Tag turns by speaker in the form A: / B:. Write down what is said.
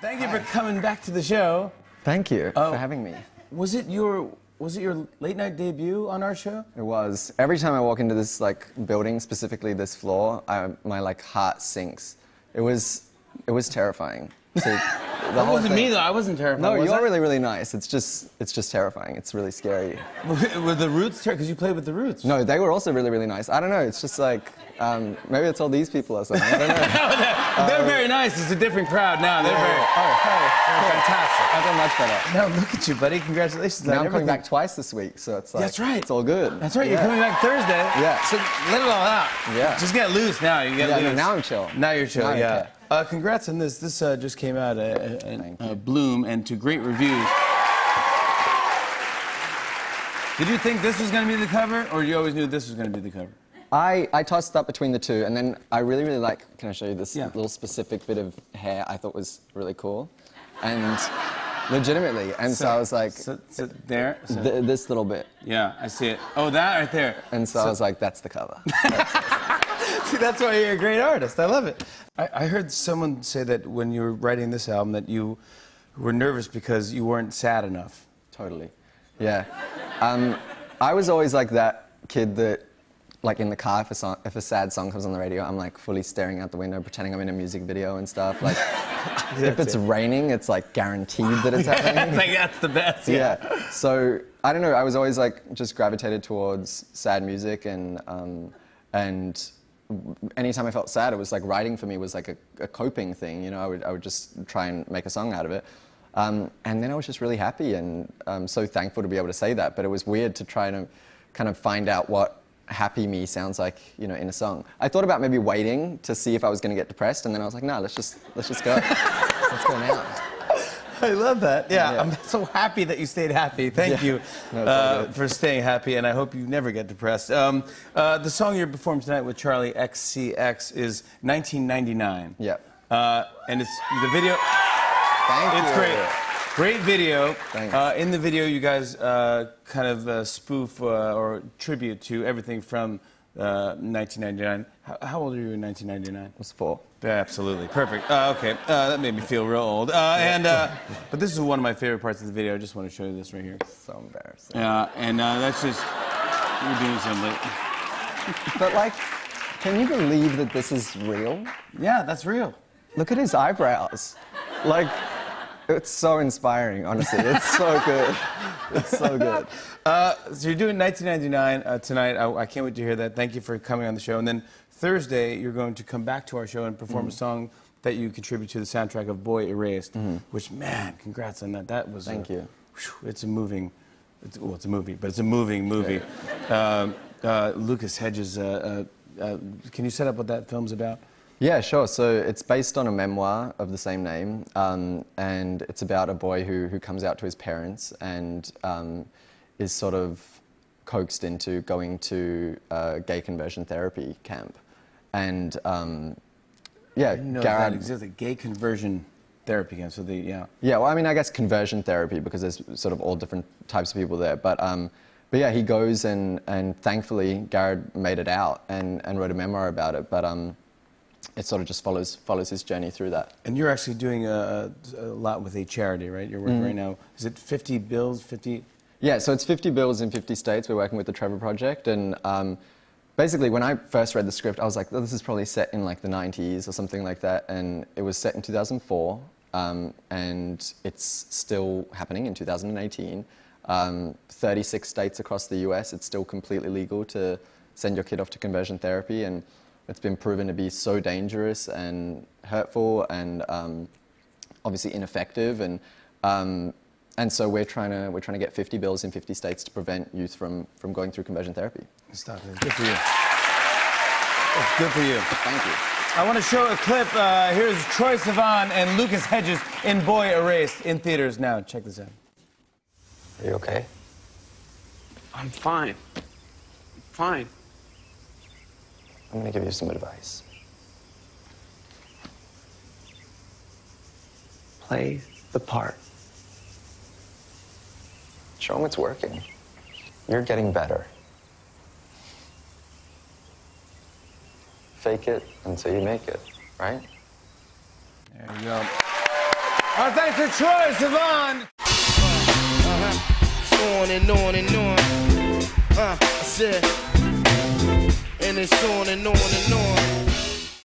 A: Thank you for coming back to the show.
B: Thank you
A: Oh.
B: for having me.
A: Was it your was it your late night debut on our show?
B: It was every time I walk into this like building, specifically this floor, I, my like heart sinks. It was it was terrifying. So,
A: That wasn't me though. I wasn't terrified.
B: No,
A: was
B: you're
A: I?
B: really really nice. It's just it's just terrifying. It's really scary.
A: Were the Roots terrified? Because you played with the Roots.
B: No, they were also really really nice. I don't know. It's just like um, maybe it's all these people or something. I don't know.
A: they're very nice. It's a different crowd now. They're very
B: oh, hey,
A: fantastic.
B: I've done much better.
A: Now look at you, buddy. Congratulations
B: Now
A: on
B: I'm coming
A: everything.
B: back twice this week, so it's like
A: That's right.
B: It's all good.
A: That's right. You're
B: Yeah.
A: coming back Thursday.
B: Yeah.
A: So let it all out.
B: Yeah.
A: Just get loose now. You get
B: Yeah, no,
A: loose.
B: now I'm chill.
A: Now you're chill.
B: Now I'm
A: yeah.
B: chill.
A: Uh, congrats on this. This uh, just came out. Uh, uh,
B: Thank
A: uh, Bloom and to great reviews. Did you think this was going to be the cover, or you always knew this was going to be the cover?
B: I, I tossed up between the two, and then I really, really like. Can I show you this
A: Yeah.
B: little specific bit of hair I thought was really cool? And legitimately. And so, I was like,
A: so, so there. So,
B: th- this little bit.
A: yeah, I see it. Oh, that right there.
B: And so, I was like, that's the cover.
A: See, that's why you're a great artist. I love it. I, I heard someone say that when you were writing this album, that you were nervous because you weren't sad enough.
B: totally. Yeah. Um, I was always like that kid that, like in the car, if a, song, if a sad song comes on the radio, I'm like fully staring out the window, pretending I'm in a music video and stuff. Like, if it's raining, it's like guaranteed that it's happening.
A: like that's the best.
B: yeah. So I don't know. I was always like just gravitated towards sad music, and um, and anytime I felt sad, it was like writing for me was like a, a coping thing. You know, I would I would just try and make a song out of it. Um, and then I was just really happy and um, so thankful to be able to say that. But it was weird to try to kind of find out what happy me sounds like, you know, in a song. I thought about maybe waiting to see if I was going to get depressed, and then I was like, no, let's just let's just go. let's go now.
A: I love that. Yeah,
B: Yeah.
A: I'm so happy that you stayed happy. Thank
B: Yeah.
A: you
B: No, it's all
A: uh,
B: good.
A: for staying happy, and I hope you never get depressed. Um, uh, the song you're performing tonight with Charlie XCX is 1999.
B: Yeah.
A: Uh, and it's the video.
B: Thank
A: It's
B: you.
A: great. Great video.
B: Thanks.
A: Uh, in the video, you guys uh, kind of uh, spoof uh, or tribute to everything from uh, 1999. How, how old are you in 1999?
B: was four.
A: Yeah, Absolutely, perfect. Uh, okay, uh, that made me feel real old. Uh, and uh, but this is one of my favorite parts of the video. I just want to show you this right here.
B: So embarrassing.
A: Uh, and uh, that's just you're doing something.
B: But like, can you believe that this is real?
A: Yeah, that's real.
B: Look at his eyebrows. Like, it's so inspiring, honestly. It's so good. It's so good.
A: Uh, so you're doing 1999 uh, tonight. I, I can't wait to hear that. Thank you for coming on the show. And then Thursday, you're going to come back to our show and perform a
B: Mm-hmm.
A: song that you contribute to the soundtrack of Boy Erased. Which man, congrats on that. That was a-
B: Thank you.
A: Whew, it's a moving. It's, well, it's a movie, but it's a moving movie. Um uh, Lucas Hedges. Uh, uh, uh, can you set up what that film's about?
B: Yeah, sure. So it's based on a memoir of the same name, um, and it's about a boy who who comes out to his parents and um, is sort of coaxed into going to a gay conversion therapy camp, and um, yeah,
A: You know that
B: Garrett.
A: exists. A gay conversion therapy. camp. So the yeah.
B: Yeah, well, I mean, I guess conversion therapy because there's sort of all different types of people there. But, um, but yeah, he goes and, and thankfully Garrett made it out and, and wrote a memoir about it. But um, it sort of just follows, follows his journey through that.
A: And you're actually doing a, a lot with a charity, right? You're working right now. Is it 50 bills? 50?
B: Yeah, so it's 50 bills in 50 states. We're working with the Trevor Project. And um, basically, when I first read the script, I was like, oh, this is probably set in like the 90s or something like that. And it was set in 2004. Um, and it's still happening in 2018. Um, 36 states across the US, it's still completely legal to send your kid off to conversion therapy. And it's been proven to be so dangerous and hurtful and um, obviously ineffective and um, and so we're trying to we're trying to get 50 bills in 50 states to prevent youth from from going through conversion therapy.
A: Stop it. Good for you. It's good for you.
B: Thank you.
A: I want to show a clip. Uh, here's Troy Sivan and Lucas Hedges in Boy Erased in theaters now. Check this out.
C: Are you okay?
D: I'm fine. Fine.
C: I'm gonna give you some advice. Play the part. Show them it's working. You're getting better. Fake it until you make it, right?
A: There you go. Our thanks to Troy Sivan.
E: on and on and on. Uh, that's it. And it's on and on and on.